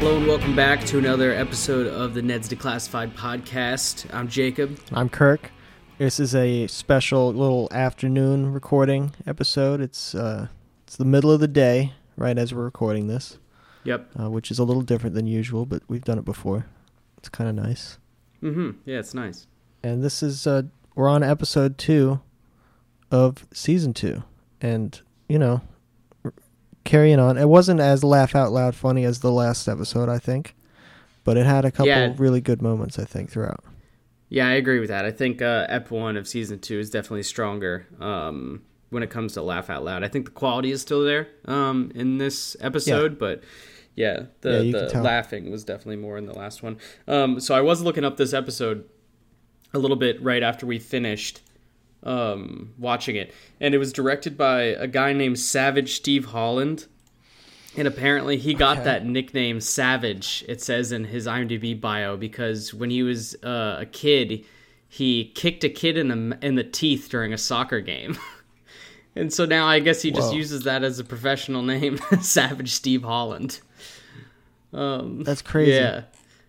Hello and welcome back to another episode of the Ned's Declassified podcast. I'm Jacob. I'm Kirk. This is a special little afternoon recording episode. It's uh, it's the middle of the day, right as we're recording this, Yep. uh, which is a little different than usual, but we've done it before. It's kind of nice. Mm-hmm. Yeah, it's nice. And this is uh, we're on episode two of season two, and you know, r- carrying on. It wasn't as laugh out loud funny as the last episode, I think, but it had a couple Yeah. really good moments, I think, throughout. Yeah, I agree with that. I think uh, Ep One of Season Two is definitely stronger um, when it comes to laugh out loud. I think the quality is still there um, in this episode, but yeah, Yeah, the, you can the tell. laughing was definitely more in the last one. Um, so I was looking up this episode a little bit right after we finished um, watching it, and it was directed by a guy named Savage Steve Holland. And apparently, he got Okay. that nickname Savage, it says in his IMDb bio, because when he was uh, a kid, he kicked a kid in the, in the teeth during a soccer game. and so now I guess he just Whoa. uses that as a professional name, Savage Steve Holland. Um, That's crazy. Yeah.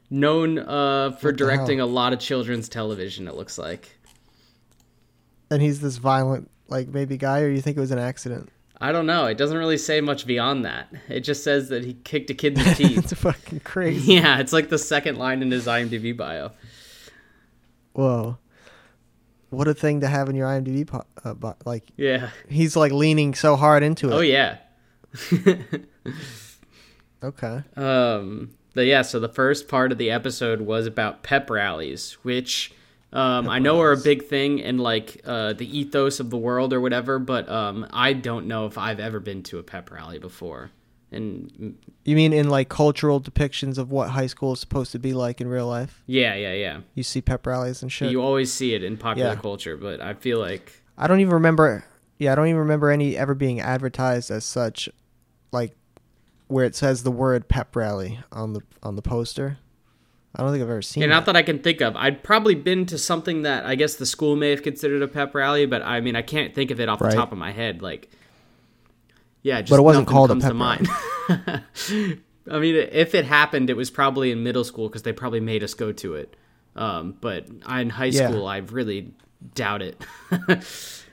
Known uh, for What the hell? directing a lot of children's television, it looks like. and he's this violent like maybe guy or you think it was an accident I don't know. It doesn't really say much beyond that. It just says that he kicked a kid in the teeth. it's fucking crazy Yeah, it's like the second line in his IMDb bio. whoa what a thing to have in your imdb po- uh, bo- like Yeah. he's like leaning so hard into it Oh yeah. okay um. But yeah. So the first part of the episode was about pep rallies, which um, I know are a big thing in like uh, the ethos of the world or whatever. But um, I don't know if I've ever been to a pep rally before. And you mean in like cultural depictions of what high school is supposed to be like in real life yeah, yeah, yeah. you see pep rallies and shit You always see it in popular Yeah. culture, but I feel like i don't even remember yeah i don't even remember any ever being advertised as such like where it says the word pep rally on the on the poster i don't think i've ever seen Yeah, that. not that I can think of. I'd probably been to something that I guess the school may have considered a pep rally, but I mean, I can't think of it off Right. the top of my head. Like, yeah, just But it wasn't nothing called a comes to pep rally. mind. I mean, if it happened, it was probably in middle school because they probably made us go to it. Um, but I, in high Yeah. school, I really doubt it.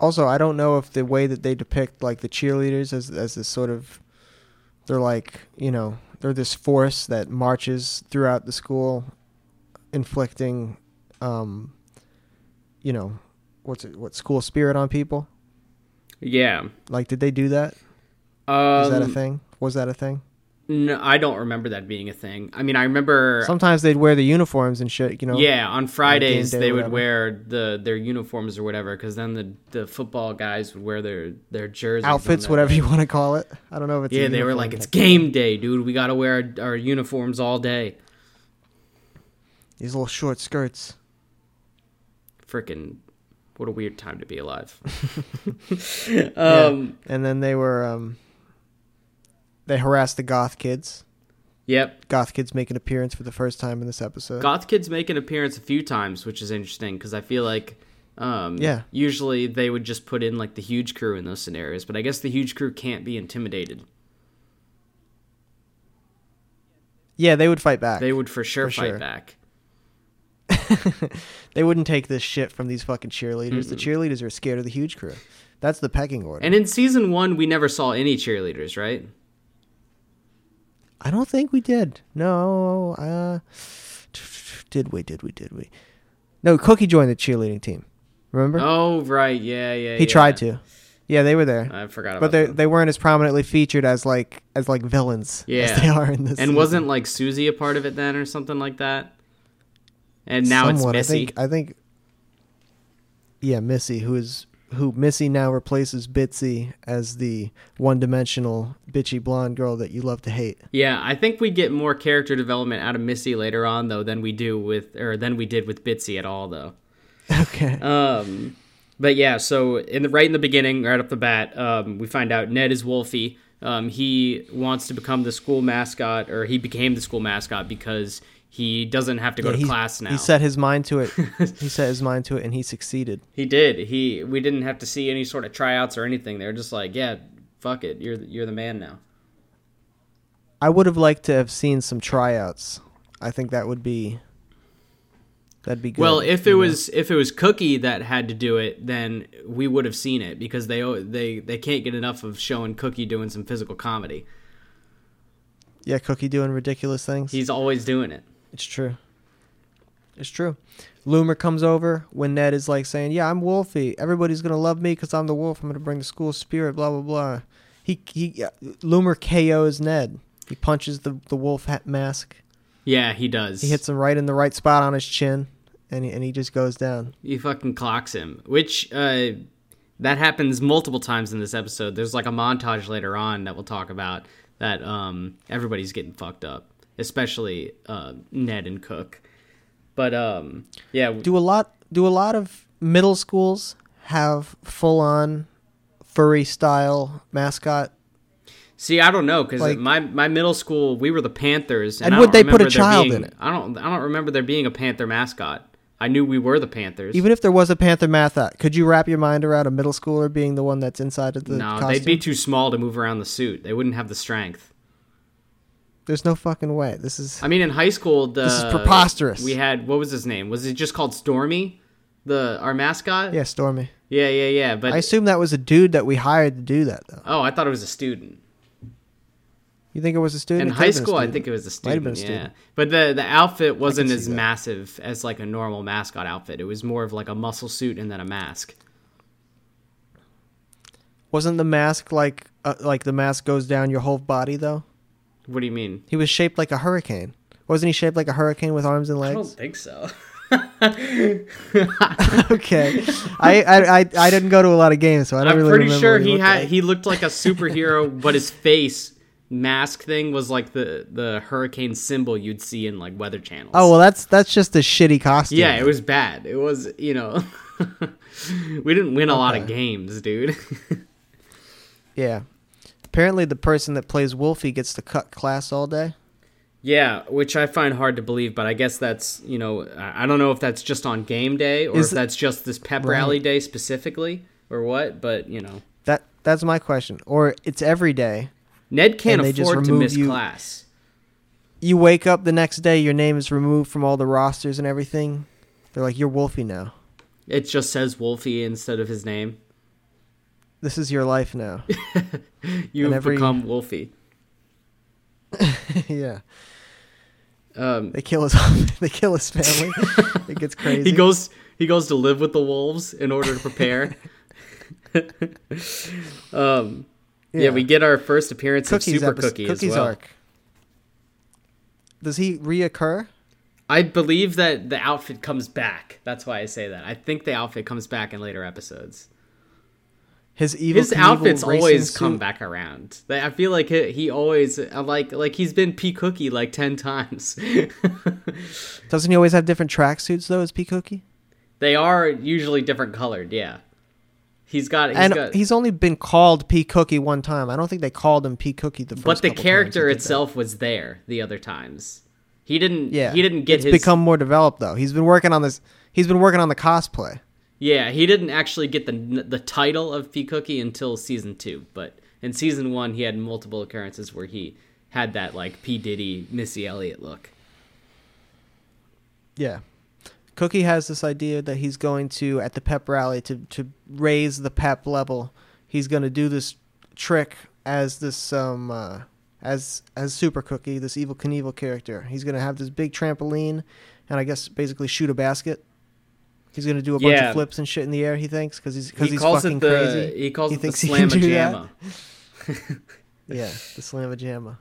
also i don't know if the way that they depict like the cheerleaders as as this sort of they're like you know they're this force that marches throughout the school inflicting um you know what's it what school spirit on people yeah. like did they do that Um, is that a thing was that a thing No, I don't remember that being a thing. I mean, I remember sometimes they'd wear the uniforms and shit you know Yeah, on Fridays day or they would whatever. wear the their uniforms or whatever, because then the the football guys would wear their their jerseys, on outfits their- whatever you want to call it i don't know if it's a Yeah, they were uniform like, "It's thing. game day, dude. We gotta wear our, our uniforms all day." these little short skirts Freaking, what a weird time to be alive. um, and then they were um they harassed the goth kids yep. goth kids make an appearance for the first time in this episode. Goth kids make an appearance a few times, which is interesting because I feel like, um, Yeah. usually they would just put in like the huge crew in those scenarios, but I guess the huge crew can't be intimidated. yeah, they would fight back. They would for sure For fight sure. back. They wouldn't take this shit from these fucking cheerleaders. The cheerleaders are scared of the huge crew. That's the pecking order. And in season one, we never saw any cheerleaders, right? I don't think we did. No, uh, did we? Did we? Did we? No, Cookie joined the cheerleading team. Remember? Oh, right. Yeah, yeah. he yeah. tried to. Yeah, they were there, I forgot about but they that. they weren't as prominently featured as like as like villains Yeah. as they are in And this. season. wasn't like Susie a part of it then or something like that? And now Somewhat. it's I Missy. think, I think. Yeah, Missy, who is who Missy now replaces Bitsy as the one-dimensional bitchy blonde girl that you love to hate. Yeah, I think we get more character development out of Missy later on though than we do with or than we did with Bitsy at all though. Okay. Um, but yeah, so in the right in the beginning, right up the bat, um, we find out Ned is Wolfie. Um, he wants to become the school mascot, or he became the school mascot because he doesn't have to go Yeah, to he- class now. He set his mind to it. he set his mind to it, and he succeeded. He did. He we didn't have to see any sort of tryouts or anything. They were just like, yeah, fuck it, you're the, you're the man now. I would have liked to have seen some tryouts. I think that would be that'd be good. Well, if it you know? was if it was Cookie that had to do it, then we would have seen it because they oh, they they can't get enough of showing Cookie doing some physical comedy. yeah, Cookie doing ridiculous things. He's always doing it. It's true. It's true. Loomer comes over when Ned is like saying, "Yeah, I'm Wolfie. Everybody's gonna love me because I'm the wolf. I'm gonna bring the school spirit." Blah blah blah. He he. Loomer KOs Ned. He punches the the wolf hat mask. Yeah, he does. He hits him right in the right spot on his chin, and he, and he just goes down. he fucking clocks him, which uh, that happens multiple times in this episode. There's like a montage later on that we'll talk about that um, everybody's getting fucked up, especially uh, Ned and Cook. But um, yeah, Do a lot. Do a lot of middle schools have full on furry style mascot? see, I don't know because Like- my my middle school we were the Panthers, And I don't would they put a remember there child being- in it? I don't I don't remember there being a Panther mascot. I knew we were the Panthers. Even if there was a panther mascot, could you wrap your mind around a middle schooler being the one that's inside of the no, costume? they'd be too small to move around the suit. They wouldn't have the strength. There's no fucking way. This is I mean, in high school, the, This is preposterous. We had what was his name? Was it just called Stormy, the our mascot? yeah, Stormy. yeah, yeah. yeah, But I assume that was a dude that we hired to do that, though. oh, I thought it was a student. You think it was a student? In It could've high been a school, I student. think it was a Might have student. been a student. Yeah, but the the outfit wasn't see as that. massive as like a normal mascot outfit. It was more of like a muscle suit and then a mask. Wasn't the mask like uh, like the mask goes down your whole body though? What do you mean? He was shaped like a hurricane. Wasn't he shaped like a hurricane with arms and I don't legs? think so. okay, I, I I I didn't go to a lot of games, so I don't I'm really pretty remember sure what he he looked had like. he looked like a superhero, but his face mask thing was like the the hurricane symbol you'd see in like weather channels. Oh well, that's that's just a shitty costume. Yeah, it was bad. It was, you know, we didn't win a lot of Okay. games, dude. yeah. Apparently, the person that plays Wolfie gets to cut class all day. yeah, which I find hard to believe, but I guess that's, you know, I I don't know if that's just on game day or Is- if that's just this pep Right. rally day specifically or what, but, you know, That that's my question. Or it's every day. Ned can't And they just afford to remove miss you- class. You wake up the next day, your name is removed from all the rosters and everything. They're like, you're Wolfie now. It just says Wolfie instead of his name. This is your life now. You've every- become Wolfie. yeah. Um, They kill his they kill his family. it gets crazy. he goes he goes to live with the wolves in order to prepare. um Yeah. we get our first appearance of Super episode- Cookie Cookie's as well. arc. Does he reoccur? I believe that the outfit comes back. That's why I say that. I think the outfit comes back in later episodes. His evil His Knievel outfits racing always come suit? back around. Like, I feel like he, he always I like like he's been P Cookie like ten times. Doesn't he always have different tracksuits though? As P Cookie, they are usually different colored. Yeah, he's got. He's and got, he's only been called P Cookie one time. I don't think they called him P Cookie the first. but the couple times character he did that. itself was there the other times. He didn't. yeah, Yeah, he didn't get It's his. become more developed though. He's been working on this. He's been working on the cosplay. yeah, he didn't actually get the the title of P Cookie until season two. But in season one, he had multiple occurrences where he had that like P Diddy Missy Elliott look. Yeah. Cookie has this idea that he's going to at the pep rally to to raise the pep level. He's going to do this trick as this um uh, as as Super Cookie, this evil Knievel character. He's going to have this big trampoline, and I guess basically shoot a basket. He's going to do a bunch Yeah. of flips and shit in the air. He thinks because he's because he he's calls fucking it the crazy. he calls it the thinks he slam can do that? jamma, Yeah, the slamma jamma.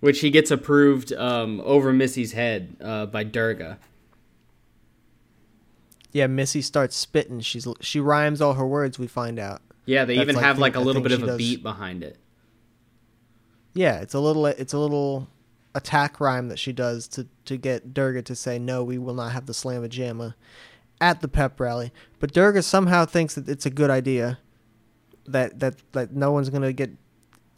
which he gets approved um, over Missy's head uh, by Durga. Yeah, Missy starts spitting. She's she rhymes all her words. We find out. Yeah, they That's, even like, have the- like a I little think bit of she a does- beat behind it. Yeah, it's a little it's a little attack rhyme that she does to to get Durga to say no, we will not have the slamma jamma at the pep rally. But Durga somehow thinks that it's a good idea that that that no one's going to get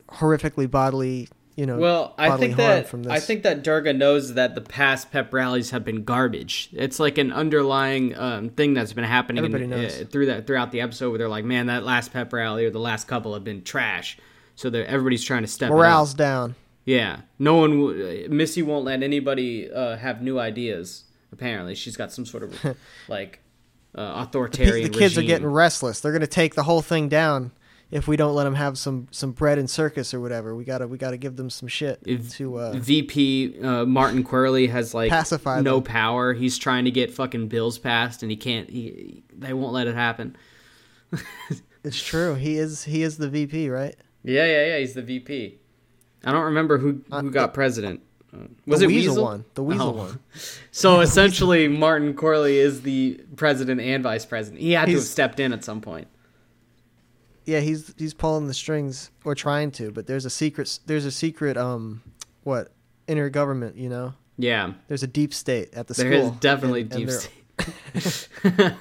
horrifically bodily, you know, Well, I bodily think harm that from this. I think that Durga knows that the past pep rallies have been garbage. It's like an underlying um, thing that's been happening in, Everybody uh, knows. through that throughout the episode where they're like, "Man, that last pep rally or the last couple have been trash." So they're everybody's trying to step it up. morale's down. Yeah, no one. W- Missy won't let anybody uh, have new ideas. Apparently, she's got some sort of like uh, authoritarian. The kids are regime. getting restless. They're going to take the whole thing down if we don't let them have some some bread and circus or whatever. We gotta we gotta give them some shit If- to uh, VP uh, Martin Quirley has like Pacify no them. power. He's trying to get fucking bills passed, and he can't. He, they won't let it happen. It's true. He is he is the VP, right? Yeah, yeah, yeah. He's the VP. I don't remember who who got president. Uh, Was the it Weasel, Weasel? one? The Weasel Oh. one. So essentially, Martin Corley is the president and vice president. He had to have He's- stepped in at some point. Yeah, he's he's pulling the strings or trying to, but there's a secret there's a secret um what inner government, you know. Yeah, There's a deep state at the there is school. definitely and- and deep they're- state.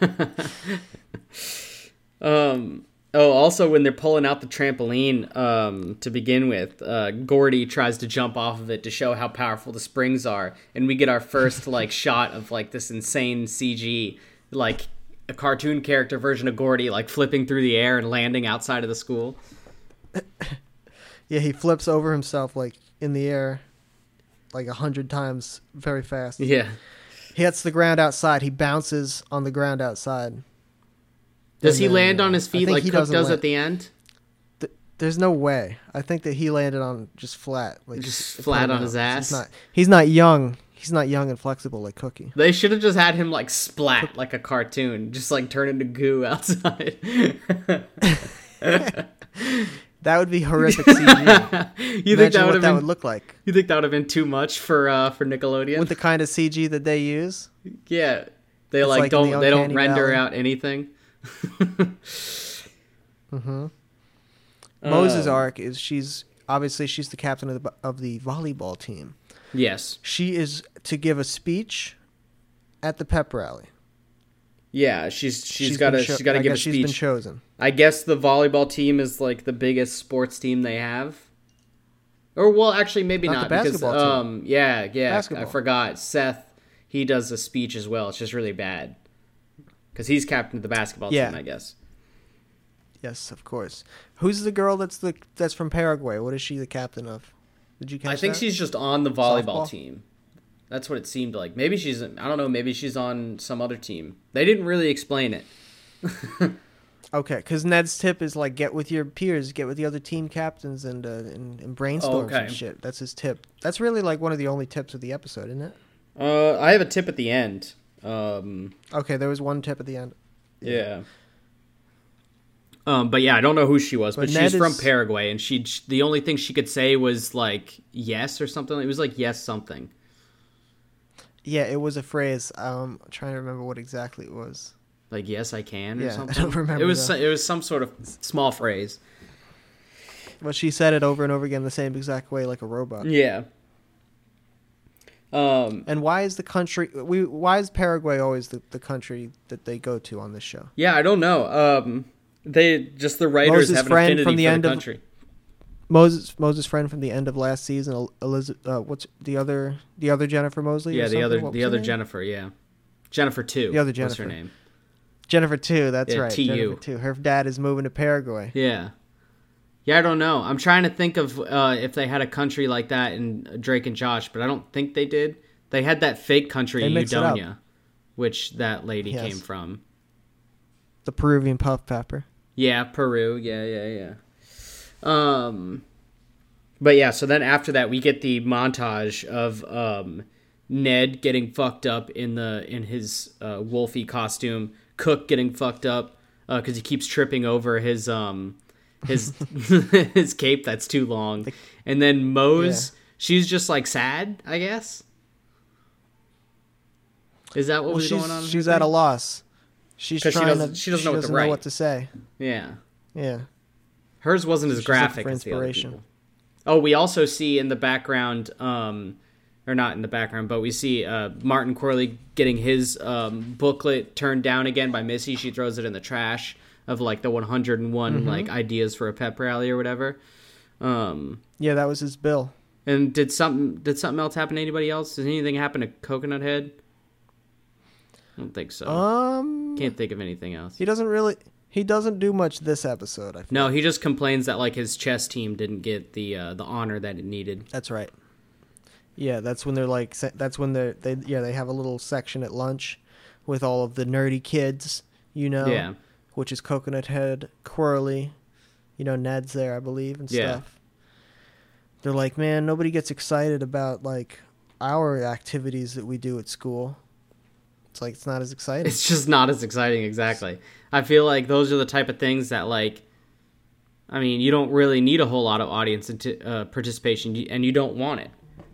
um. Oh, also when they're pulling out the trampoline um, to begin with, uh, Gordy tries to jump off of it to show how powerful the springs are, and we get our first like shot of like this insane CG, like a cartoon character version of Gordy, like flipping through the air and landing outside of the school. Yeah, he flips over himself like in the air like a hundred times very fast. He Yeah. hits the ground outside, he bounces on the ground outside. Does And he then, land uh, on his I feet think like he Cook does doesn't land. at the end? Th- there's no way. I think that he landed on just flat, like Just it flat came on out. his ass? He's not, he's not young. He's not young and flexible like Cookie. They should have just had him like splat like a cartoon, just like turn into goo outside. That would be horrific CG. you think Imagine that what would have that been? would look like you think that would have been too much for uh, for Nickelodeon? with the kind of CG that they use. yeah, they like, like in don't the they don't Uncanny render Valley. out anything. Uh. Moses' arc is she's obviously she's the captain of the of the volleyball team. Yes, She is to give a speech at the pep rally. yeah, she's she's She's got been to cho- she's got to I give a guess She's been speech. chosen. I guess the volleyball team is like the biggest sports team they have. Or well, actually, maybe not, Not the because basketball team. um, yeah, yeah, Basketball. I forgot. Seth, he does a speech as well. It's just really bad because he's captain of the basketball Yeah. team, I guess. Yes, of course. Who's the girl that's the that's from Paraguay? What is she the captain of? Did you catch I think that? she's just on the volleyball Softball? team. That's what it seemed like. Maybe she's I don't know. Maybe she's on some other team. They didn't really explain it. Okay, because Ned's tip is like get with your peers, get with the other team captains, and uh, and, and brainstorm okay. some shit. That's his tip. That's really like one of the only tips of the episode, isn't it? Uh, I have a tip at the end. Um, Okay, there was one tip at the end. Yeah. Um, but yeah, I don't know who she was, but, But she Ned was from is- Paraguay, and she the only thing she could say was like yes or something. It was like yes something. Yeah, it was a phrase. Um, I'm trying to remember what exactly it was. Like yes, I can or Yeah, I something. don't remember It was that. so- it was some sort of small phrase. But she said it over and over again the same exact way, like a robot. Yeah. Um. And why is the country? We why is Paraguay always the, the country that they go to on this show? Yeah, I don't know. Um. They just the writers Moses' have an friend affinity from the for end the of- country. Moses Moses' friend from the end of last season, Elizabeth. Uh, what's the other the other Jennifer Mosley? or yeah, the something? other What the was her other name? Jennifer. Yeah, Jennifer two. The other What's her Jennifer. name? Jennifer too. That's Yeah, right. TU. Jennifer too. Her dad is moving to Paraguay. Yeah. Yeah, I don't know. I'm trying to think of uh, if they had a country like that in Drake and Josh, but I don't think they did. They had that fake country, They mix it up. Eudonia, which that lady Yes. came from. The Peruvian puff pepper. Yeah, Peru. Yeah, yeah, yeah. Um, but yeah, so then after that, we get the montage of um, Ned getting fucked up in the in his uh, Wolfie costume, Cook getting fucked up because he keeps tripping over his um his his cape that's too long, and then Mose, she's just like sad, I guess. Is that what Well, was she's going on? in her she's at a thing? loss. She's 'Cause she trying doesn't- to. she doesn't know what to write. to say. yeah. Yeah. Hers wasn't as She's looking graphic for as the other inspiration. people. Oh, we also see in the background, um, or not in the background, but we see uh, Martin Corley getting his um, booklet turned down again by Missy. She throws it in the trash of like the 101 Mm-hmm. like ideas for a pep rally or whatever. Um, Yeah, that was his bill. and did something did something else happen to anybody else? Did anything happen to Coconut Head? I don't think so. Um, Can't think of anything else. he doesn't really. He doesn't do much this episode. I feel. No, he just complains that like his chess team didn't get the uh, the honor that it needed. That's right. Yeah, that's when they're like. se- That's when they're they yeah they have a little section at lunch with all of the nerdy kids. You know. Yeah. Which is Coconut Head, Quirly, you know Ned's there, I believe, and Yeah. stuff. They're like, man, nobody gets excited about like our activities that we do at school. It's like it's not as exciting. It's just not as exciting exactly. I feel like those are the type of things that like I mean, you don't really need a whole lot of audience inti- uh, participation y- and you don't want it,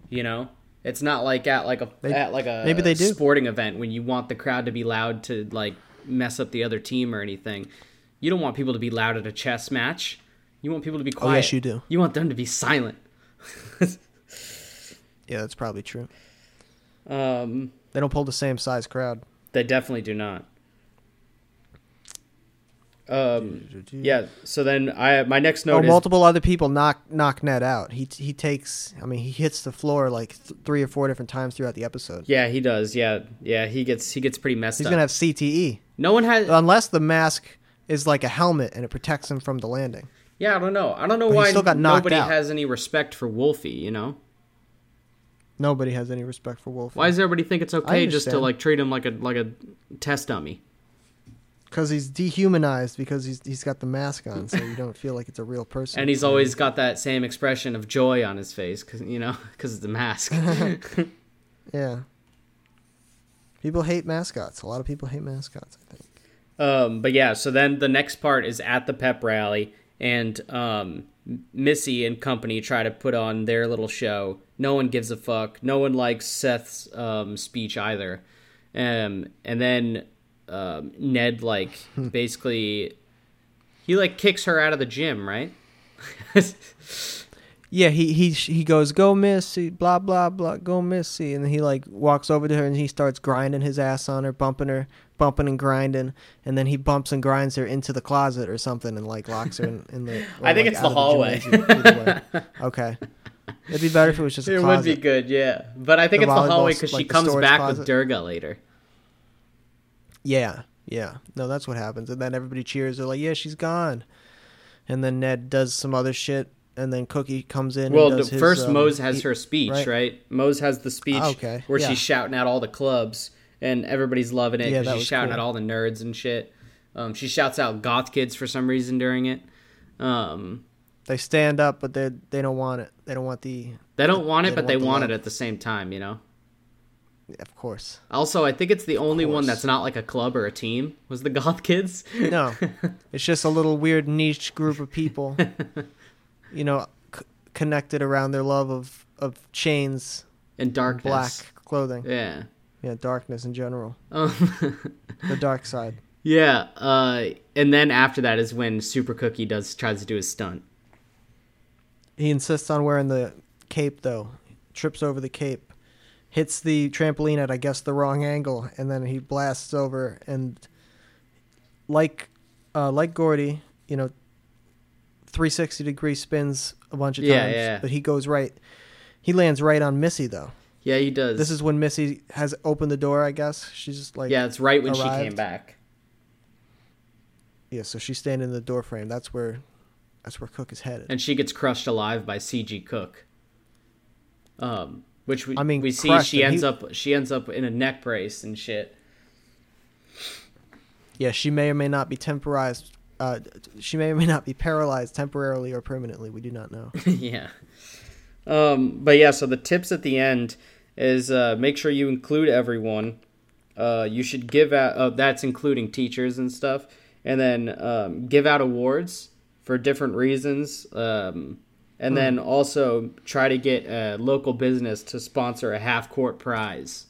you know? It's not like at like a They- at like a maybe they do. sporting event when you want the crowd to be loud to like mess up the other team or anything. You don't want people to be loud at a chess match. You want people to be quiet. Oh, yes, you do. You want them to be silent. yeah, that's probably true. Um They don't pull the same size crowd. They definitely do Mm. not. Um, yeah. So then I my next Or note Oh, is multiple other people knock knock Ned out. He he takes. I mean, he hits the floor like th- three or four different times throughout the episode. yeah he does yeah yeah he gets he gets pretty messed He's up. gonna have CTE no one has unless the mask is like a helmet and it protects him from the landing. yeah I don't know I don't know he why still got knocked nobody out. has any respect for Wolfie you know Nobody has any respect for Wolf. why does everybody think it's okay just to understand. like treat him like a like a test dummy Because he's dehumanized because he's he's got the mask on, so you don't feel like it's a real person. and he's always got that same expression of joy on his face because you know because it's a mask yeah. People hate mascots. A lot of people hate mascots. I think. Um, but yeah, so then the next part is at the pep rally, and um, M- Missy and company try to put on their little show. No one gives a fuck. No one likes Seth's um, speech either. Um, and then um, Ned, like, basically, he like kicks her out of the gym, right? Yeah, he he he goes go Missy, blah blah blah, go Missy, and then he like walks over to her and he starts grinding his ass on her, bumping her, bumping and grinding, and then he bumps and grinds her into the closet or something and like locks her in, in the. or, I think like, it's the out of hallway. gymnasium. Either way. okay, it'd be better if it was just a it would closet. be good, yeah. But I think The it's the volleyball hallway s- because she like the comes storage back with closet. Durga later. Yeah, yeah, no, that's what happens, and then everybody cheers. They're like, yeah, she's gone, and then Ned does some other shit, and then Cookie comes in. Well, and the does his, first um, Mose has he- her speech, right? right? Mose has the speech Ah, okay, where yeah. she's shouting at all the clubs and everybody's loving it Yeah, because that she's was shouting cool. at all the nerds and shit. Um, she shouts out goth kids for some reason during it. Um, They stand up, but they they don't want it. They don't want the. they don't want it, They but don't they want the want love. it at the same time, you know. Of course. Also, I think it's the only one course. that's not like a club or a team. Was the goth kids? No, it's just a little weird niche group of people, you know, c- connected around their love of of chains, and black darkness. clothing, Yeah. yeah, darkness in general, Um, the dark side. yeah. Uh, and then after that is when Super Cookie does tries to do his stunt. He insists on wearing the cape though, trips over the cape, hits the trampoline at I guess the wrong angle, and then he blasts over and like uh, like Gordy, you know, 360 degree spins a bunch of Yeah, times, yeah. but he goes right. He lands right on Missy though. Yeah, he does. This is when Missy has opened the door, I guess. She's just like yeah, it's right when she came arrived. back. yeah, so she's standing in the door frame. That's where that's where Cook is headed. and she gets crushed alive by CG Cook. Um, which we I mean, we see crushed, she and ends he- up she ends up in a neck brace and shit. yeah, she may or may not be temporized uh, she may or may not be paralyzed temporarily or permanently. We do not know. yeah. Um, but yeah, so the tips at the end is uh, make sure you include everyone. Uh, you should give out. Oh, that's including teachers and stuff. And then um, give out awards for different reasons. Um, Hmm. and then also try to get a local business to sponsor a half court prize.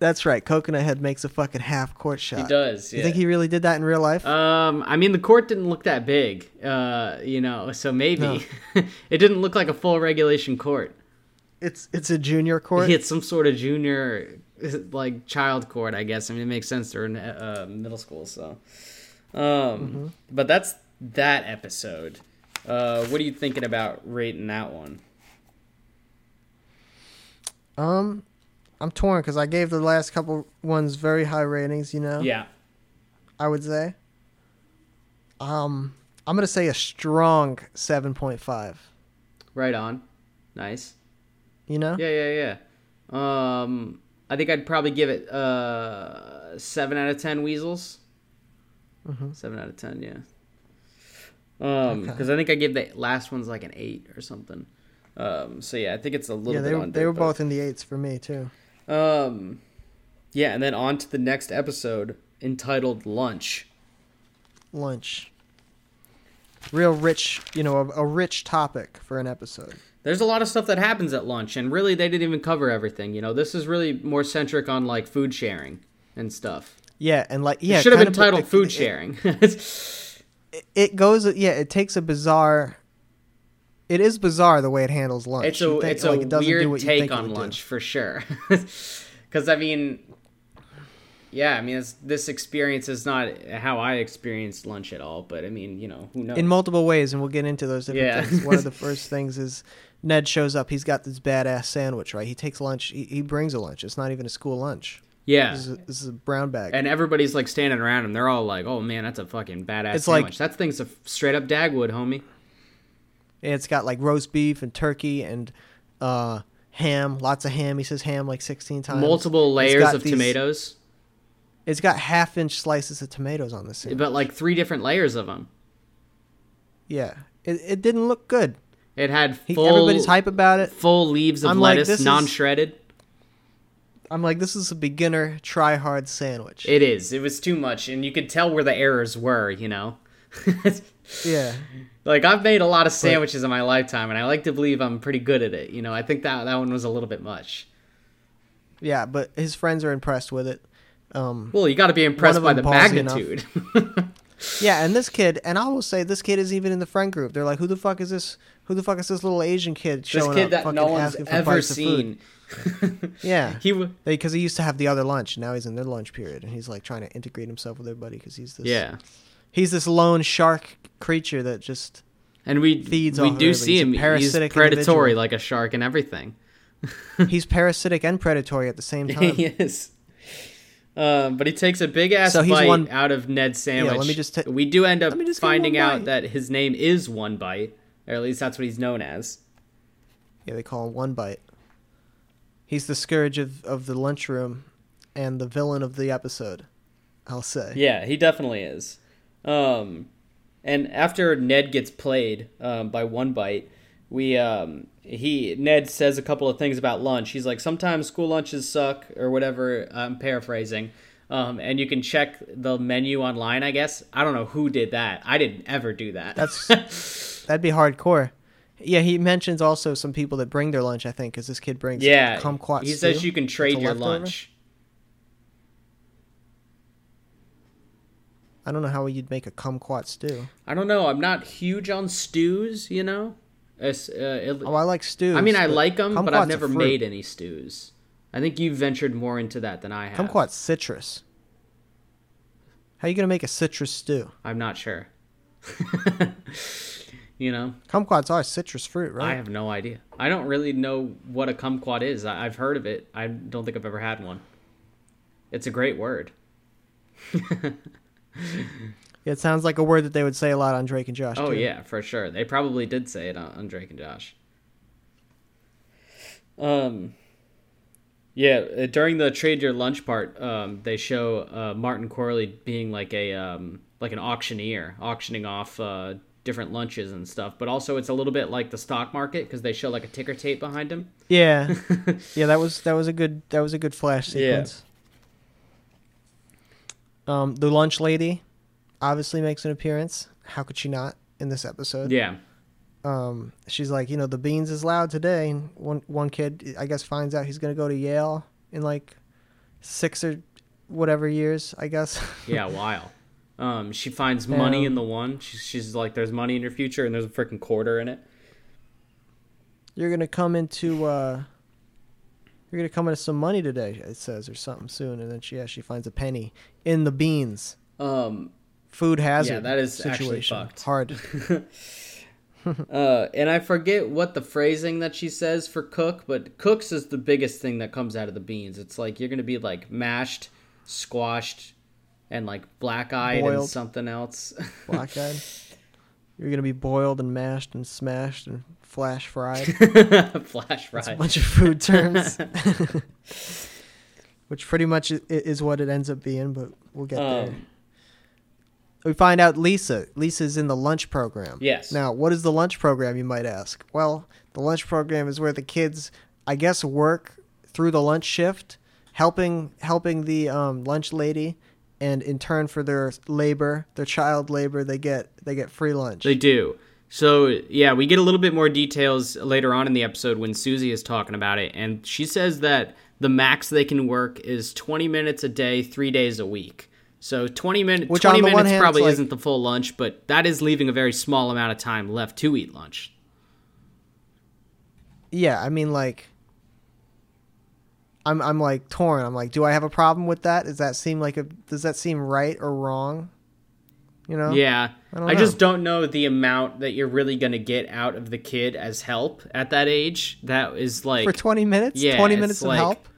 That's right. Coconut Head makes a fucking half court shot. He does. Yeah. You think he really did that in real life? Um, I mean, the court didn't look that big, uh, you know, so maybe it didn't look like a full regulation court. it's it's a junior court. It's some sort of junior, like child court, I guess. I mean, it makes sense they're in uh, middle school, so. Um, Mm-hmm. but that's that episode. Uh, what are you thinking about rating that one? Um, I'm torn because I gave the last couple ones very high ratings. You know, Yeah, I would say. Um, I'm gonna say a strong seven point five. Right on. Nice. You know? Yeah, yeah, yeah. Um, I think I'd probably give it uh seven out of ten weasels. hmm Seven out of ten, yeah. Um, Okay. because I think I gave the last one's like an eight or something. Um, so yeah, I think it's a little Yeah, bit they were, under, they were but- both in the eights for me too. Um, yeah, and then on to the next episode entitled "Lunch." Lunch. Real rich, you know, a, a rich topic for an episode. There's a lot of stuff that happens at lunch, and really, they didn't even cover everything. You know, this is really more centric on like food sharing and stuff. Yeah, and like yeah, it should have kind been of- titled it- "Food it- Sharing." It, it goes, yeah, it takes a bizarre. It is bizarre the way it handles lunch. it's a You think, it's a like, it doesn't do weird what you take think it on would do. lunch for sure. Because I mean, yeah, I mean, it's, this experience is not how I experienced lunch at all. But I mean, you know, who knows? in multiple ways, and we'll get into those different Yeah. things. One of the first things is Ned shows up. He's got this badass sandwich, right? He takes lunch. He, he brings a lunch. It's not even a school lunch. yeah, This, is a, this is a brown bag. and everybody's like standing around him. They're all like, "Oh man, that's a fucking badass It's like- sandwich. that thing's a f- straight up Dagwood, homie." it's got like roast beef and turkey and uh, ham. Lots of ham. He says ham like sixteen times. Multiple It's layers Uh, got of these- tomatoes, It's got half inch slices of tomatoes on this. sandwich. but like three different layers of them. Yeah, it, it didn't look good. It had He, full everybody's hype about it. full leaves of I'm like, lettuce, this is- non shredded. I'm like, this is a beginner try hard sandwich. It is. It was too much, and you could tell where the errors were. You know. yeah. Like I've made a lot of sandwiches in my lifetime, and I like to believe I'm pretty good at it. You know, I think that that one was a little bit much. Yeah, but his friends are impressed with it. Um, Well, you got to be impressed of by the them ballsy enough. magnitude. yeah, and this kid, and I will say, this kid is even in the friend group. They're like, "Who the fuck is this? Who the fuck is this little Asian kid this showing kid up? that fucking no one's asking for ever bites of food?" seen. Yeah, He w- because he used to have the other lunch. and Now he's in their lunch period, and he's like trying to integrate himself with everybody because he's this. yeah, he's this lone shark creature that just and we Feeds we off of do everything. see He's a him. He's predatory parasitic individual. like a shark and everything. he's parasitic and predatory at the same time. he is. Um, but he takes a big ass So he's bite one- out of Ned's sandwich. let me just ta- we do end up Let me just give him finding one out bite. that his name is One Bite, or at least that's what he's known as. Yeah, they call him One Bite. He's the scourge of of the lunchroom, and the villain of the episode. I'll say. Yeah, he definitely is. Um, and after Ned gets played um, by one bite, we um, he Ned says a couple of things about lunch. He's like, sometimes school lunches suck or whatever. I'm paraphrasing. Um, and you can check the menu online, I guess. I don't know who did that. I didn't ever do that. That's that'd be hardcore. Yeah, he mentions also some people that bring their lunch. I think because this kid brings yeah. kumquat. he says stew. you can trade a your leftover? lunch. I don't know how you'd make a kumquat stew. I don't know. I'm not huge on stews, you know. It's, uh, it- Oh, I like stews. I mean, I but like them, but kumquat's I've a never fruit. made any stews. I think you've ventured more into that than I have. kumquat's citrus. How you gonna make a citrus stew? I'm not sure. you know, Kumquats are citrus fruit, I right? have no idea. I don't really know what a kumquat is. I- I've heard of it. I don't think I've ever had one. It's a great word. It sounds like a word that they would say a lot on Drake and Josh. Oh too. yeah, for sure. They probably did say it on, on Drake and Josh. Um, yeah. uh, During the trade your lunch part, um, they show uh, Martin Corley being like a um, like an auctioneer, auctioning off uh, different lunches and stuff. But also, it's a little bit like the stock market because they show like a ticker tape behind him. yeah, yeah. That was that was a good that was a good flash Yeah. sequence. Um, the lunch lady obviously makes an appearance. How could she not in this episode? Yeah. um, she's like, you know, the beans is loud today. And one one kid, I guess, finds out he's gonna go to Yale in like six or whatever years, I guess. Yeah. While. Um, she finds money in the one. She's, she's like, "There's money in your future, and there's a freaking quarter in it." you're gonna come into uh, you're gonna come into some money today, it says, or something soon. And then she yeah, she finds a penny in the beans. Um, Food hazard. that is actually situation. fucked. Hard. Uh, and I forget what the phrasing that she says for cook, but cooks is the biggest thing that comes out of the beans. It's like you're gonna be like mashed, squashed, and like black eyed and Boiled. something else. Black eyed. You're gonna be boiled and mashed and smashed and flash fried. Flash It's a ride. bunch of food terms, which pretty much i- is what it ends up being. But we'll get there. Um, We find out Lisa. Lisa's in the lunch program. yes. Now, what is the lunch program, you might ask? Well, the lunch program is where the kids, I guess, work through the lunch shift, helping helping the um, lunch lady, and in turn for their labor, their child labor, they get they get free lunch. They do. So yeah, we get a little bit more details later on in the episode when Susie is talking about it, and she says that the max they can work is 20 minutes a day, three days a week. So 20 minutes, Which 20 on the one minutes hand, probably it's like- isn't the full lunch, but that is leaving a very small amount of time left to eat lunch. yeah, I mean, like, I'm I'm like torn. I'm like, do I have a problem with that? Does that seem like a does that seem right or wrong? You know? Yeah. I I, don't know. just don't know the amount that you're really going to get out of the kid as help at that age. That is like For 20 minutes, Yeah, 20 it's minutes of like- help.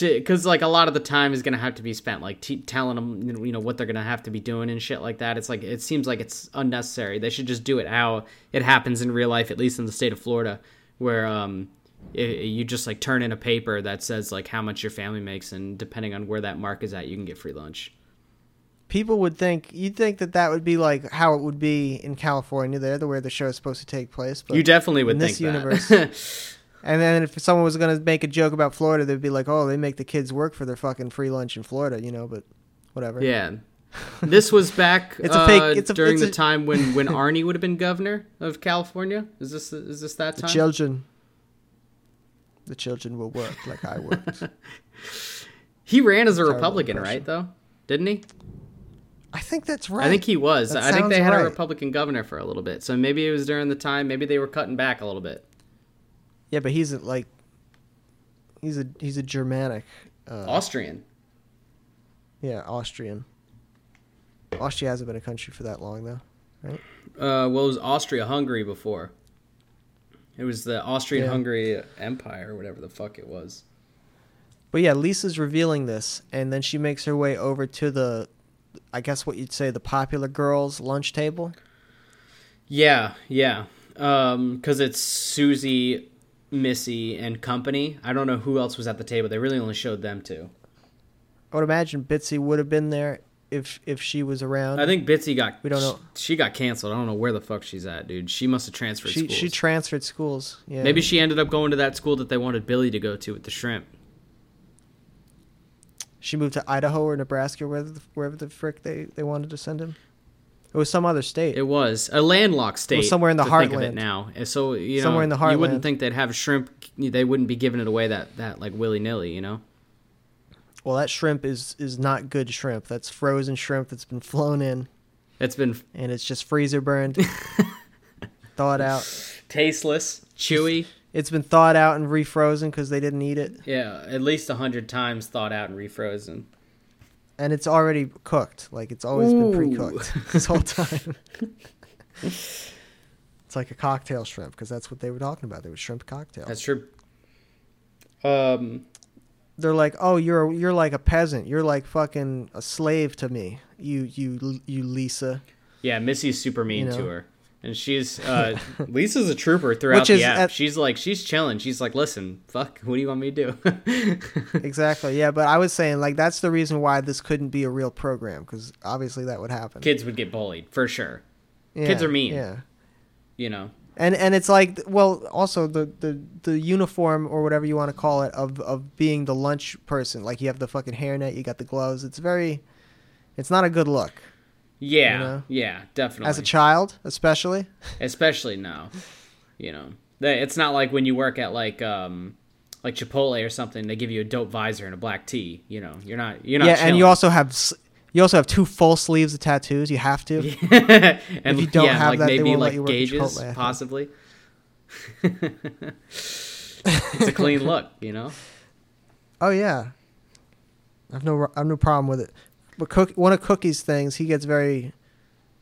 because like a lot of the time is gonna have to be spent like te telling them you know what they're gonna have to be doing and shit like that it's like it seems like it's unnecessary they should just do it how it happens in real life at least in the state of florida where um i you just like turn in a paper that says like how much your family makes and depending on where that mark is at you can get free lunch people would think you'd think that that would be like how it would be in California there, the where the show is supposed to take place. But you definitely would in think this that and then if someone was gonna make a joke about Florida, they'd be like, "Oh, they make the kids work for their fucking free lunch in Florida," you know. But whatever. yeah this was back It's a fake- uh, it's a- during it's the a- time when when arnie would have been governor of california is this is this that The time children, the children will work like I worked. He ran as a Terrible Republican, impression. right? Though, didn't he? I think that's right. I think he was. That I think they sounds had a right. Republican governor for a little bit. So maybe it was during the time. Maybe they were cutting back a little bit. yeah, but he's a, like, he's a he's a Germanic, uh, Austrian. yeah, Austrian. Austria hasn't been a country for that long though. Uh, well, it was Austria-Hungary before. It was the Austrian-Hungary Empire, or whatever the fuck it was. But yeah, Lisa's revealing this, and then she makes her way over to the, I guess what you'd say, the popular girls' lunch table. Yeah, yeah. Because it's Susie, Missy, and company. I don't know who else was at the table. They really only showed them two. I would imagine Bitsy would have been there if if she was around. I think Bitsy got. We don't know. She got canceled. I don't know where the fuck she's at, dude. She must have transferred. she she schools. transferred schools. Yeah, Maybe she ended up going to that school that they wanted Billy to go to with the shrimp. she moved to Idaho or Nebraska, wherever the, wherever the frick they they wanted to send him. It was some other state. It was a landlocked state. somewhere in the to think of heartland. it now. And so you know, Somewhere in the You wouldn't heartland. think they'd have shrimp. They wouldn't be giving it away that that like willy nilly. You know. well, that shrimp is is not good shrimp. That's frozen shrimp that's been flown in, It's been and it's just freezer burned, thawed out. tasteless, chewy. It's been thawed out and refrozen because they didn't eat it. Yeah, at least a hundred times thawed out and refrozen. and it's already cooked. Like it's always Ooh. been pre-cooked this whole time. it's like a cocktail shrimp because that's what they were talking about. They were shrimp cocktails. That's true. Um. They're like, "Oh, you're you're like a peasant. You're like fucking a slave to me. You you you Lisa." Yeah, Missy's super mean You to know? her. And she's uh Lisa's a trooper throughout Which is the app. at- she's like she's chilling. She's like, "Listen, fuck, what do you want me to do?" Exactly. Yeah, but I was saying like that's the reason why this couldn't be a real program because obviously that would happen. Kids would get bullied for sure. Yeah, kids are mean. Yeah. You know. and and it's like well also the the the uniform or whatever you want to call it of of being the lunch person like you have the fucking hairnet you got the gloves it's very it's not a good look Yeah, You know? yeah, definitely. as a child especially Especially now, you know, They- it's not like when you work at like um like Chipotle or something. They give you a dope visor and a black tee. You know, you're not you're not. yeah and you chilling. also have s- you also have two full sleeves of tattoos you have to and if you don't yeah, have like that, they maybe won't like let you work at gauges Chipotle, I think. possibly. it's a clean look, you know. oh yeah i've no i've no problem with it but cook one of cookie's things he gets very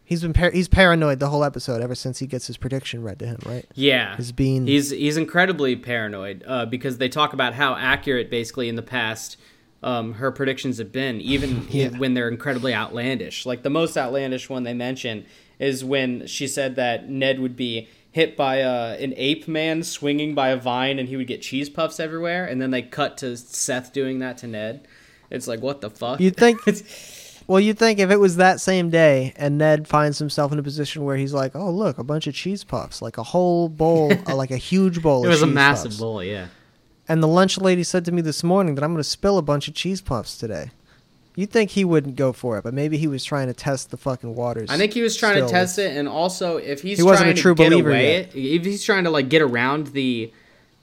he's been par- he's paranoid the whole episode ever since he gets his prediction read to him right Yeah, his bean He's he's incredibly paranoid uh, because they talk about how accurate, basically, in the past, um, her predictions have been, even Yeah. when they're incredibly outlandish. Like the most outlandish one they mention is when she said that Ned would be hit by uh, an ape man swinging by a vine and he would get cheese puffs everywhere, and then they cut to Seth doing that to Ned. It's like what the fuck? You'd think It's- Well, you'd think if it was that same day and Ned finds himself in a position where he's like, oh, look, a bunch of cheese puffs, like a whole bowl, uh, like a huge bowl it of was a cheese massive puffs. bull, yeah. And the lunch lady said to me this morning that I'm going to spill a bunch of cheese puffs today. You'd think he wouldn't go for it, but maybe he was trying to test the fucking waters. I think he was trying still. to test it, and also if he's He trying wasn't a true to get believer away, yet. it, if he's trying to like get around the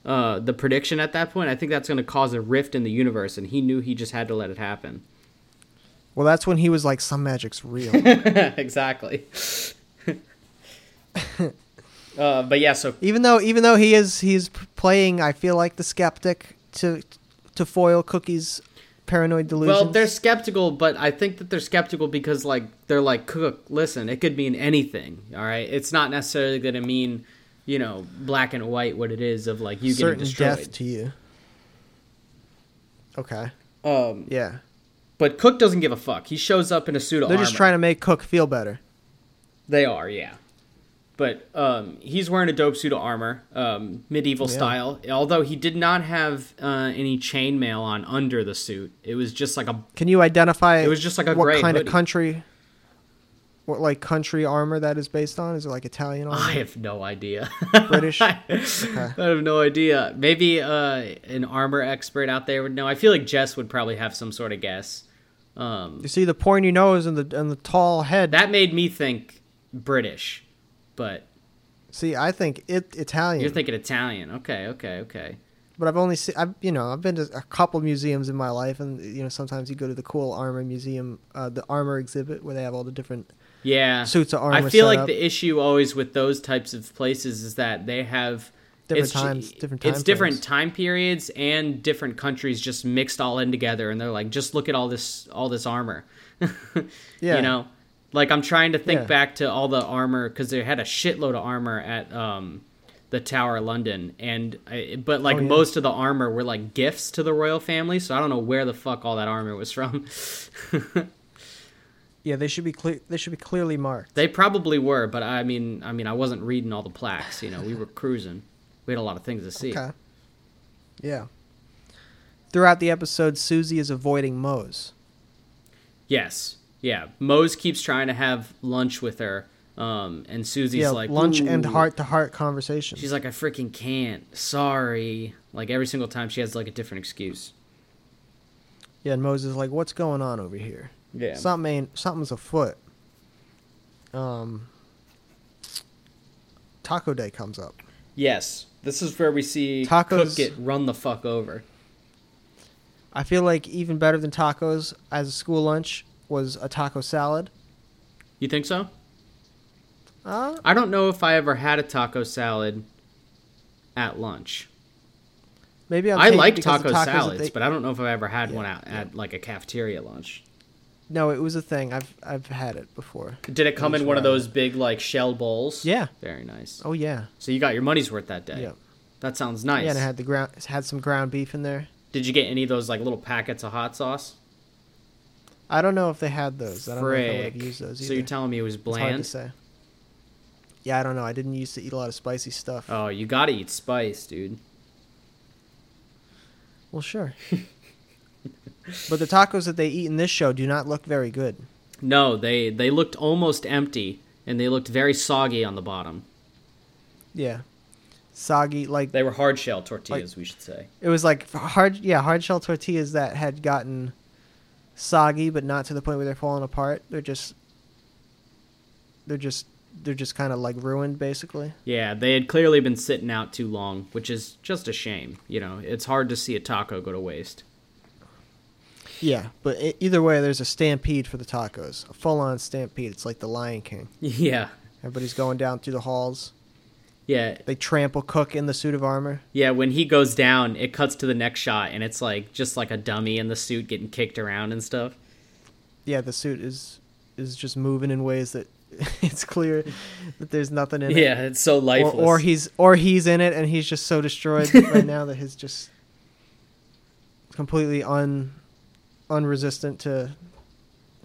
uh, the prediction at that point, I think that's going to cause a rift in the universe, and he knew he just had to let it happen. Well, that's when he was like, some magic's real. exactly. uh, but yeah, so even though, even though he is, he's p- playing. I feel like the skeptic to to foil Cookie's paranoid delusions. well, they're skeptical, but I think that they're skeptical because like they're like, "Cook, listen, it could mean anything. All right, it's not necessarily going to mean." You know, black and white, what it is of like you certain getting destroyed. death to you. Okay. Um, Yeah. but Cook doesn't give a fuck. He shows up in a suit of They're armor. just trying to make Cook feel better. They are, yeah. But um, he's wearing a dope suit of armor, um, medieval style. Although he did not have uh, any chainmail on under the suit, it was just like a Can you identify It was just like a what gray kind hoodie. of country what like country armor that is based on? Is it like Italian I armor? have no idea. British? I have no idea. Maybe uh, an armor expert out there would know. I feel like Jess would probably have some sort of guess. Um, You see the pointy nose and the and the tall head. that made me think British, but see, I think it Italian. you're thinking Italian. Okay, okay, okay. but I've only seen I've you know, I've been to a couple museums in my life and you know, sometimes you go to the cool armor museum, uh, the armor exhibit where they have all the different Yeah. Suits of armor I feel set like up. the issue always with those types of places is that they have Different it's ju- times, different it's time different frames. time periods and different countries just mixed all in together, and they're like, just look at all this all this armor. Yeah. You know, like I'm trying to think Yeah. back to all the armor because they had a shitload of armor at um the Tower of London, and I, but like Oh, yeah. most of the armor were like gifts to the royal family, so I don't know where the fuck all that armor was from. Yeah, they should be cle- they should be clearly marked. They probably were, but I mean, I mean, I wasn't reading all the plaques. You know, we were cruising. We had a lot of things to see. Okay. Yeah. Throughout the episode, Susie is avoiding Mose. Yes, yeah. Mose keeps trying to have lunch with her, um, and Susie's yeah, like lunch and "Ooh." heart to heart conversation. She's like, I freaking can't. Sorry. Like every single time, she has like a different excuse. yeah, and Mose is like, "What's going on over here? Yeah. Something ain't, something's afoot." Um. Taco Day comes up. yes, this is where we see Cook Tacos- get run the fuck over. I feel like even better than tacos as a school lunch was a taco salad. You think so? Uh, I don't know if I ever had a taco salad at lunch. maybe I'm I taking- like because the taco tacos that salads, they- but I don't know if I've ever had one out at like a cafeteria lunch. no, it was a thing. I've I've had it before. Did it come in one of those big like shell bowls? Yeah. Very nice. Oh yeah, So you got your money's worth that day. Yeah. That sounds nice. yeah, and it had the ground it had some ground beef in there. Did you get any of those like little packets of hot sauce? I don't know if they had those. I don't know if I would Frick. have used those either. so you're telling me it was It's hard to bland? say. Yeah, I don't know. I didn't used to eat a lot of spicy stuff. Oh, you gotta eat spice, dude. Well, sure. but the tacos that they eat in this show do not look very good. No, they they looked almost empty and they looked very soggy on the bottom. Yeah, soggy. Like They were hard shell tortillas, we should say. it was like hard. Yeah, hard shell tortillas that had gotten soggy, but not to the point where they're falling apart. They're just, they're just, they're just kind of like ruined, basically. Yeah, they had clearly been sitting out too long, which is just a shame. You know, it's hard to see a taco go to waste. Yeah, but e- either way, there's a stampede for the tacos. A full-on stampede. It's like the Lion King. Yeah. Everybody's going down through the halls. Yeah, They trample Cook in the suit of armor. Yeah, when he goes down, it cuts to the next shot, and it's like just like a dummy in the suit getting kicked around and stuff. Yeah, the suit is is just moving in ways that it's clear that there's nothing in it. Yeah, it's so Or, lifeless. or he's or he's in it and he's just so destroyed right now that he's just completely un unresistant to.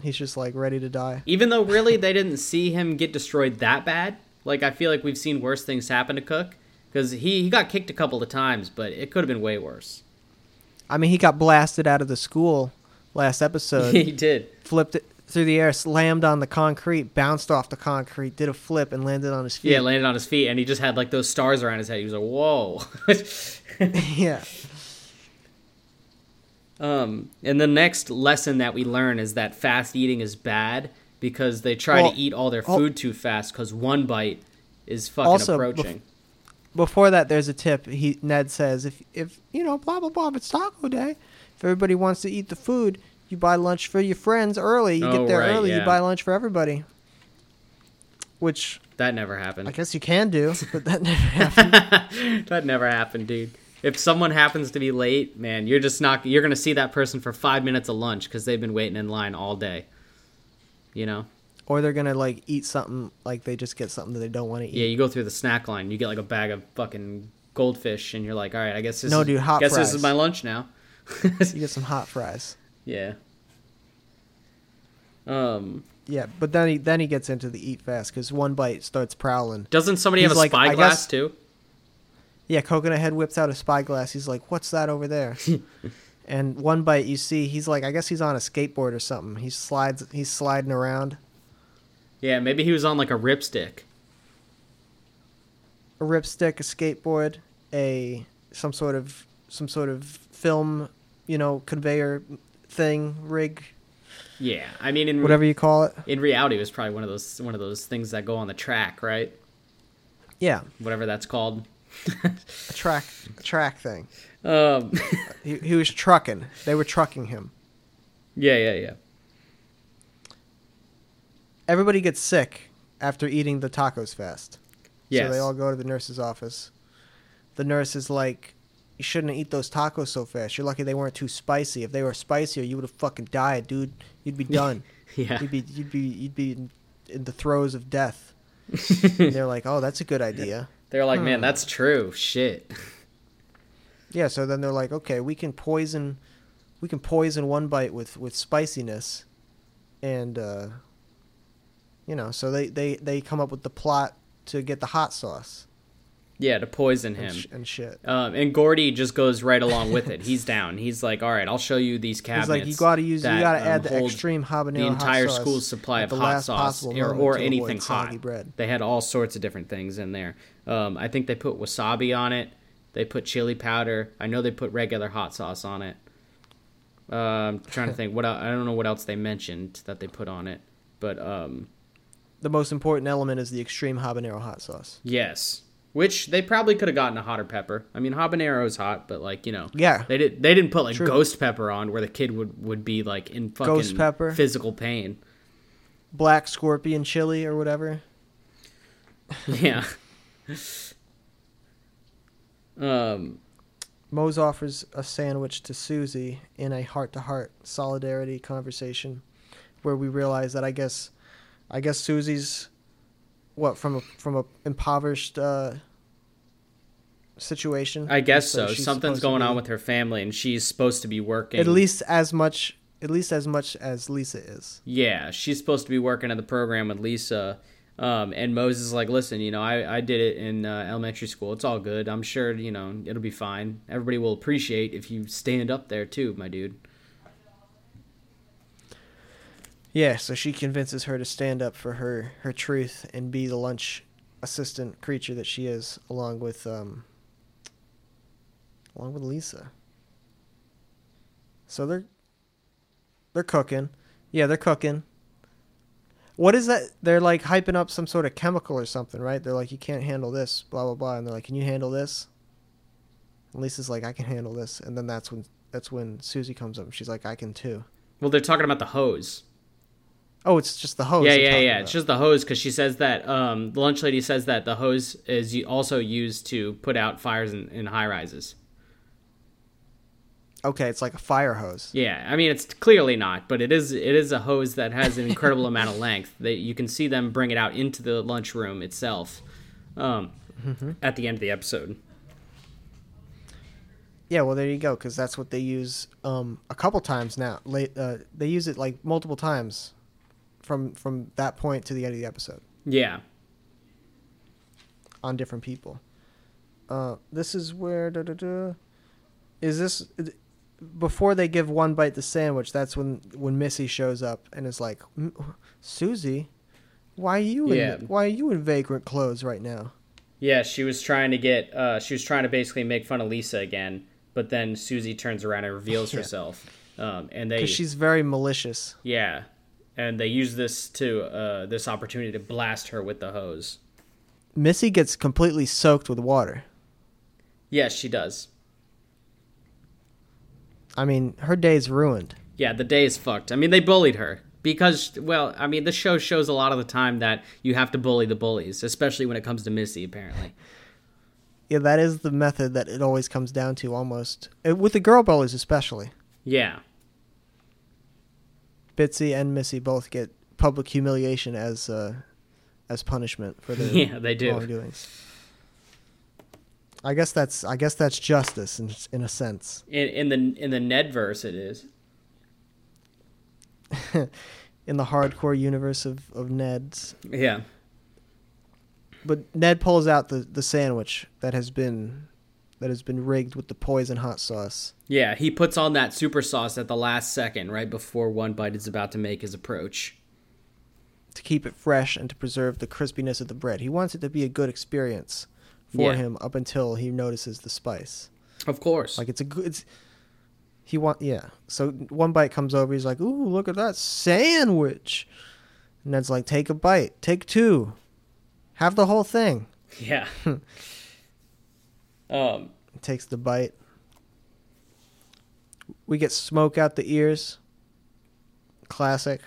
He's just like ready to die. Even though really they didn't see him get destroyed that bad. Like I feel like we've seen worse things happen to Cook because he he got kicked a couple of times, but it could have been way worse. I mean, he got blasted out of the school last episode. he did. flipped it through the air, slammed on the concrete, bounced off the concrete, did a flip, and landed on his feet. Yeah, landed on his feet, and he just had like those stars around his head. He was like, "Whoa." yeah. um, and the next lesson that we learn is that fast eating is bad because they try Well, to eat all their al- food too fast because one bite is fucking Also, bef- approaching. Before that, there's a tip. He Ned says, if if you know, blah blah blah, if it's taco day. If everybody wants to eat the food, you buy lunch for your friends early. You Oh, get there right, early. yeah. You buy lunch for everybody. Which that never I happened. guess you can do, but that never happened. that never happened, dude. If someone happens to be late, man, you're just not. You're gonna see that person for five minutes of lunch because they've been waiting in line all day. You know. Or they're gonna like eat something like they just get something that they don't want to eat. Yeah, you go through the snack line, you get like a bag of fucking goldfish, and you're like, all right, I guess this. No, is, dude, hot guess this fries. is my lunch now. You get some hot fries. yeah. Um. Yeah, but then he then he gets into the eat fast because one bite starts prowling. Doesn't somebody He's have a like, I spyglass guess- too? Yeah, Coconut Head whips out a spyglass. He's like, "What's that over there?" and one bite, you see, he's like, "I guess he's on a skateboard or something." He slides, he's sliding around Yeah, maybe he was on like a ripstick. a ripstick, a skateboard, a some sort of some sort of film, you know, conveyor thing rig, Yeah, I mean, in whatever you call it. in reality, it was probably one of those one of those things that go on the track, right? Yeah, Whatever that's called. a track, a track thing. um. He, he was trucking. They were trucking him. Yeah, yeah, yeah. Everybody gets sick after eating the tacos fast. Yes. So they all go to the nurse's office. The nurse is like, "You shouldn't eat those tacos so fast. You're lucky they weren't too spicy. If they were spicier, you would have fucking died, dude. You'd be done. yeah. you'd be you'd be you'd be in, in the throes of death." and they're like, "Oh, that's a good idea." They're like, man, that's true. Shit. Yeah, so then they're like, "Okay, we can poison we can poison one bite with with spiciness." And uh you know, so they they they come up with the plot to get the hot sauce Yeah, to poison him. and, sh- and shit. Um, and Gordy just goes right along with it. He's down. He's like, "All right, I'll show you these cabinets." It's like you got to use, you that, got to um, add the hold extreme habanero the entire hot sauce school's supply at of the hot last sauce possible or, moment or to anything avoid soggy hot. Bread. They had all sorts of different things in there. Um, I think they put wasabi on it. They put chili powder. I know they put regular hot sauce on it. Uh, I'm trying to think. What el- I don't know what else they mentioned that they put on it, but um, The most important element is the extreme habanero hot sauce. Yes. Which they probably could have gotten a hotter pepper. I mean, habanero's hot, but like you know, Yeah. they did. They didn't put like True. ghost pepper on, where the kid would would be like in fucking Ghost pepper. physical pain. Black scorpion chili or whatever. Yeah. um. Mose offers a sandwich to Susie in a heart-to-heart solidarity conversation, where we realize that I guess, I guess Susie's, what from a from a impoverished uh, situation. I guess so. she's Something's supposed to going be- on with her family, and she's supposed to be working. at least as much at least as much as Lisa is. Yeah, she's supposed to be working at the program with Lisa. Um, and Moses is like, listen, you know, I, I did it in uh, elementary school. It's all good. I'm sure, you know, it'll be fine. Everybody will appreciate if you stand up there, too, my dude. Yeah, so she convinces her to stand up for her her truth and be the lunch assistant creature that she is along with um along with Lisa. So they're they're cooking. Yeah, they're cooking. What is that? They're like hyping up some sort of chemical or something, right? They're like, you can't handle this, blah blah blah, and they're like, can you handle this? And Lisa's like, I can handle this, and then that's when that's when Susie comes up and she's like, I can too. Well, they're talking about the hose. Oh, it's just the hose. yeah, they're yeah, talking yeah. about. It's just the hose because she says that um, the lunch lady says that the hose is u- also used to put out fires in, in high rises. okay. It's like a fire hose. Yeah, I mean it's clearly not, but it is it is a hose that has an incredible amount of length. That you can see them bring it out into the lunchroom Mm-hmm. itself um, at the end of the episode. Yeah, well, there you go, because that's what they use um, a couple times now. Late, uh, they use it like multiple times from from that point to the end of the episode Yeah. on different people. Uh, this is where da da da. Is this before they give one bite the sandwich? That's when when Missy shows up and is like, "M- Susie, why are you in, Yeah. why are you in vagrant clothes right now? Yeah, she was trying to get uh she was trying to basically make fun of Lisa again, but then Susie turns around and reveals Yeah. herself. Um and they Because she's very malicious. yeah, and they use this to uh this opportunity to blast her with the hose. Missy gets completely soaked with water. Yes, she does. I mean, her day's ruined. Yeah, the day is fucked. I mean, they bullied her because, well, I mean, the show shows a lot of the time that you have to bully the bullies, especially when it comes to Missy. Apparently, Yeah, that is the method that it always comes down to, almost Uh, with the girl bullies especially. yeah, Bitsy and Missy both get public humiliation as uh, as punishment for their yeah, they do. wrongdoings. I guess that's I guess that's justice in in a sense. In, in the in the Ned verse, it is. In the hardcore universe of, of Ned's. Yeah, But Ned pulls out the, the sandwich that has been that has been rigged with the poison hot sauce. yeah. He puts on that super sauce at the last second, right before one bite is about to make his approach. to keep it fresh and to preserve the crispiness of the bread. He wants it to be a good experience for Yeah. him up until he notices the spice. Of course. Like it's a good. It's, he want yeah. So one bite comes over. He's like, "Ooh, look at that sandwich!" And Ned's like, "Take a bite. Take two. Have the whole thing." yeah. um. Takes the bite. We get smoke out the ears. Classic.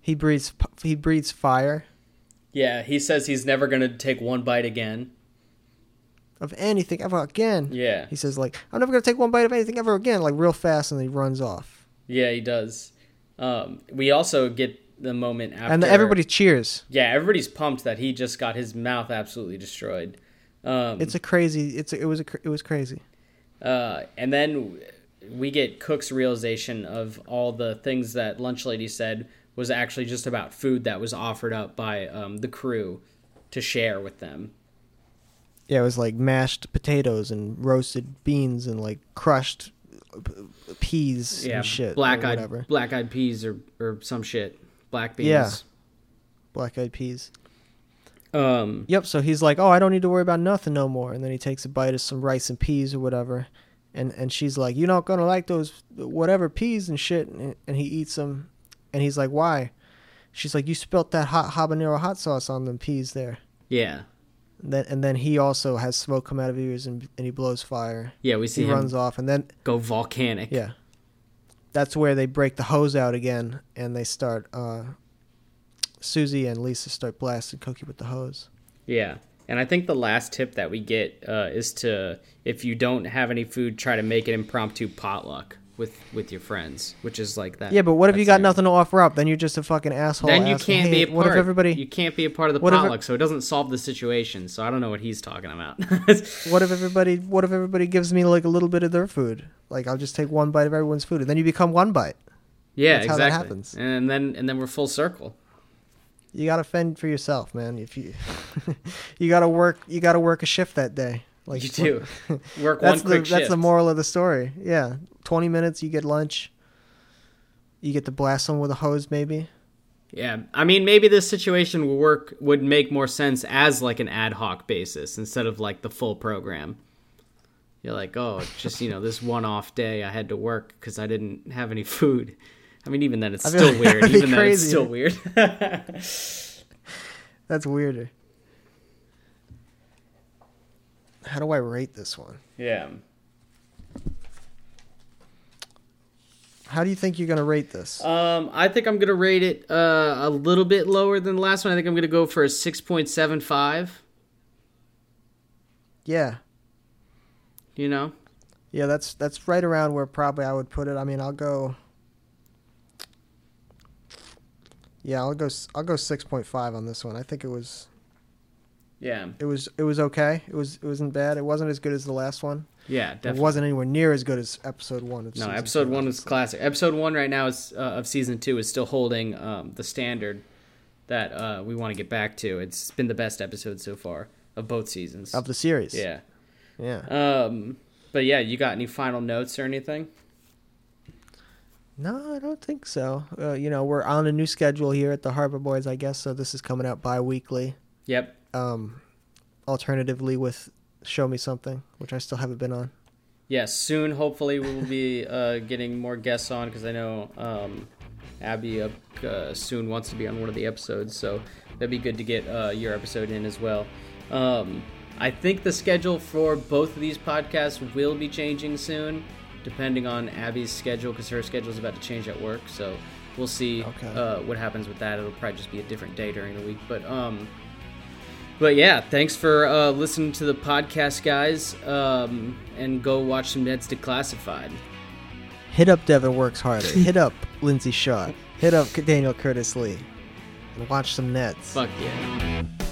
He breathes. p- He breathes fire Yeah. He says he's never gonna take one bite again. of anything ever again. Yeah. He says like, "I'm never gonna take one bite of anything ever again," like real fast, and he runs off. Yeah, he does. Um. We also get the moment after And then everybody cheers. Yeah, everybody's pumped that he just got his mouth absolutely destroyed. Um, It's a crazy. It's a, it was a, cr- it was crazy. uh, and then we get Cook's realization of all the things that Lunch Lady said was actually just about food that was offered up by um, the crew to share with them. Yeah, it was like mashed potatoes and roasted beans and like crushed uh, p- peas Yeah, and shit. black or eyed whatever. black eyed peas or or some shit, black beans. Yeah. Black eyed peas. Um. Yep. So he's like, "Oh, I don't need to worry about nothing no more." And then he takes a bite of some rice and peas or whatever, and and she's like, "You're not gonna like those whatever peas and shit." And, and he eats them, and he's like, "Why?" She's like, "You spilt that hot habanero hot sauce on them peas there." Yeah. And then and then he also has smoke come out of ears and and he blows fire. Yeah. We see He him runs off, and then go volcanic. yeah, that's where they break the hose out again, and they start. uh Susie and Lisa start blasting Cookie with the hose. Yeah. And I think the last tip that we get uh, is to, if you don't have any food, try to make an impromptu potluck with with your friends, which is like that. Yeah, but what if you that's got nothing to offer up? Then you're just a fucking asshole. Then you asking, can't be "Hey, a part. What if You everybody? can't be a part of the what if- potluck, so it doesn't solve the situation. So I don't know what he's talking about. What if everybody? What if everybody gives me like a little bit of their food? Like I'll just take one bite of everyone's food, and then you become one bite. yeah, That's exactly. how that happens. And then and then we're full circle. You gotta fend for yourself, man. If you, you gotta work. You gotta work a shift that day. Like You do work That's one the quick that's shift. the moral of the story. Yeah, twenty minutes. You get lunch. You get to blast someone with a hose, maybe. Yeah, I mean, maybe this situation would work would make more sense as like an ad hoc basis instead of like the full program. You're like, oh, it's just you know, this one off day I had to work because I didn't have any food. I mean, even then, it's I feel still like weird. that'd be Even though it's crazy. still weird. That's weirder. How do I rate this one? yeah, How do you think you're gonna rate this? um, I think I'm gonna rate it uh, a little bit lower than the last one. I think I'm gonna go for a six point seven five. yeah. You know, Yeah, that's that's right around where probably I would put it. I mean, I'll go. Yeah, I'll go. s- I'll go six point five on this one. I think it was yeah, it was it was okay. It was it wasn't bad. It wasn't as good as the last one. Yeah, It definitely. wasn't anywhere near as good as episode one. Of No, season episode two. one is classic. Episode one right now is uh, of season two is still holding um, the standard that uh, we want to get back to. It's been the best episode so far of both seasons. of the series. yeah. yeah. Um, but yeah, you got any final notes or anything? No, I don't think so. Uh, you know, we're on a new schedule here at the Harbor Boys, I guess. So this is coming out bi-weekly. Yep. Um, alternatively, with Show Me Something, which I still haven't been on. Yes. soon, hopefully, we will be uh, getting more guests on because I know um, Abby uh, uh, soon wants to be on one of the episodes, so that'd be good to get uh, your episode in as well. Um, I think the schedule for both of these podcasts will be changing soon, depending on Abby's schedule because her schedule is about to change at work. So we'll see Okay. uh, what happens with that. It'll probably just be a different day during the week, but. Um, but yeah, thanks for uh, listening to the podcast, guys. Um, and go watch some Ned's Declassified. Hit up Devin Works Harder. Hit up Lindsay Shaw. Hit up Daniel Curtis Lee. And watch some Nets. Fuck yeah.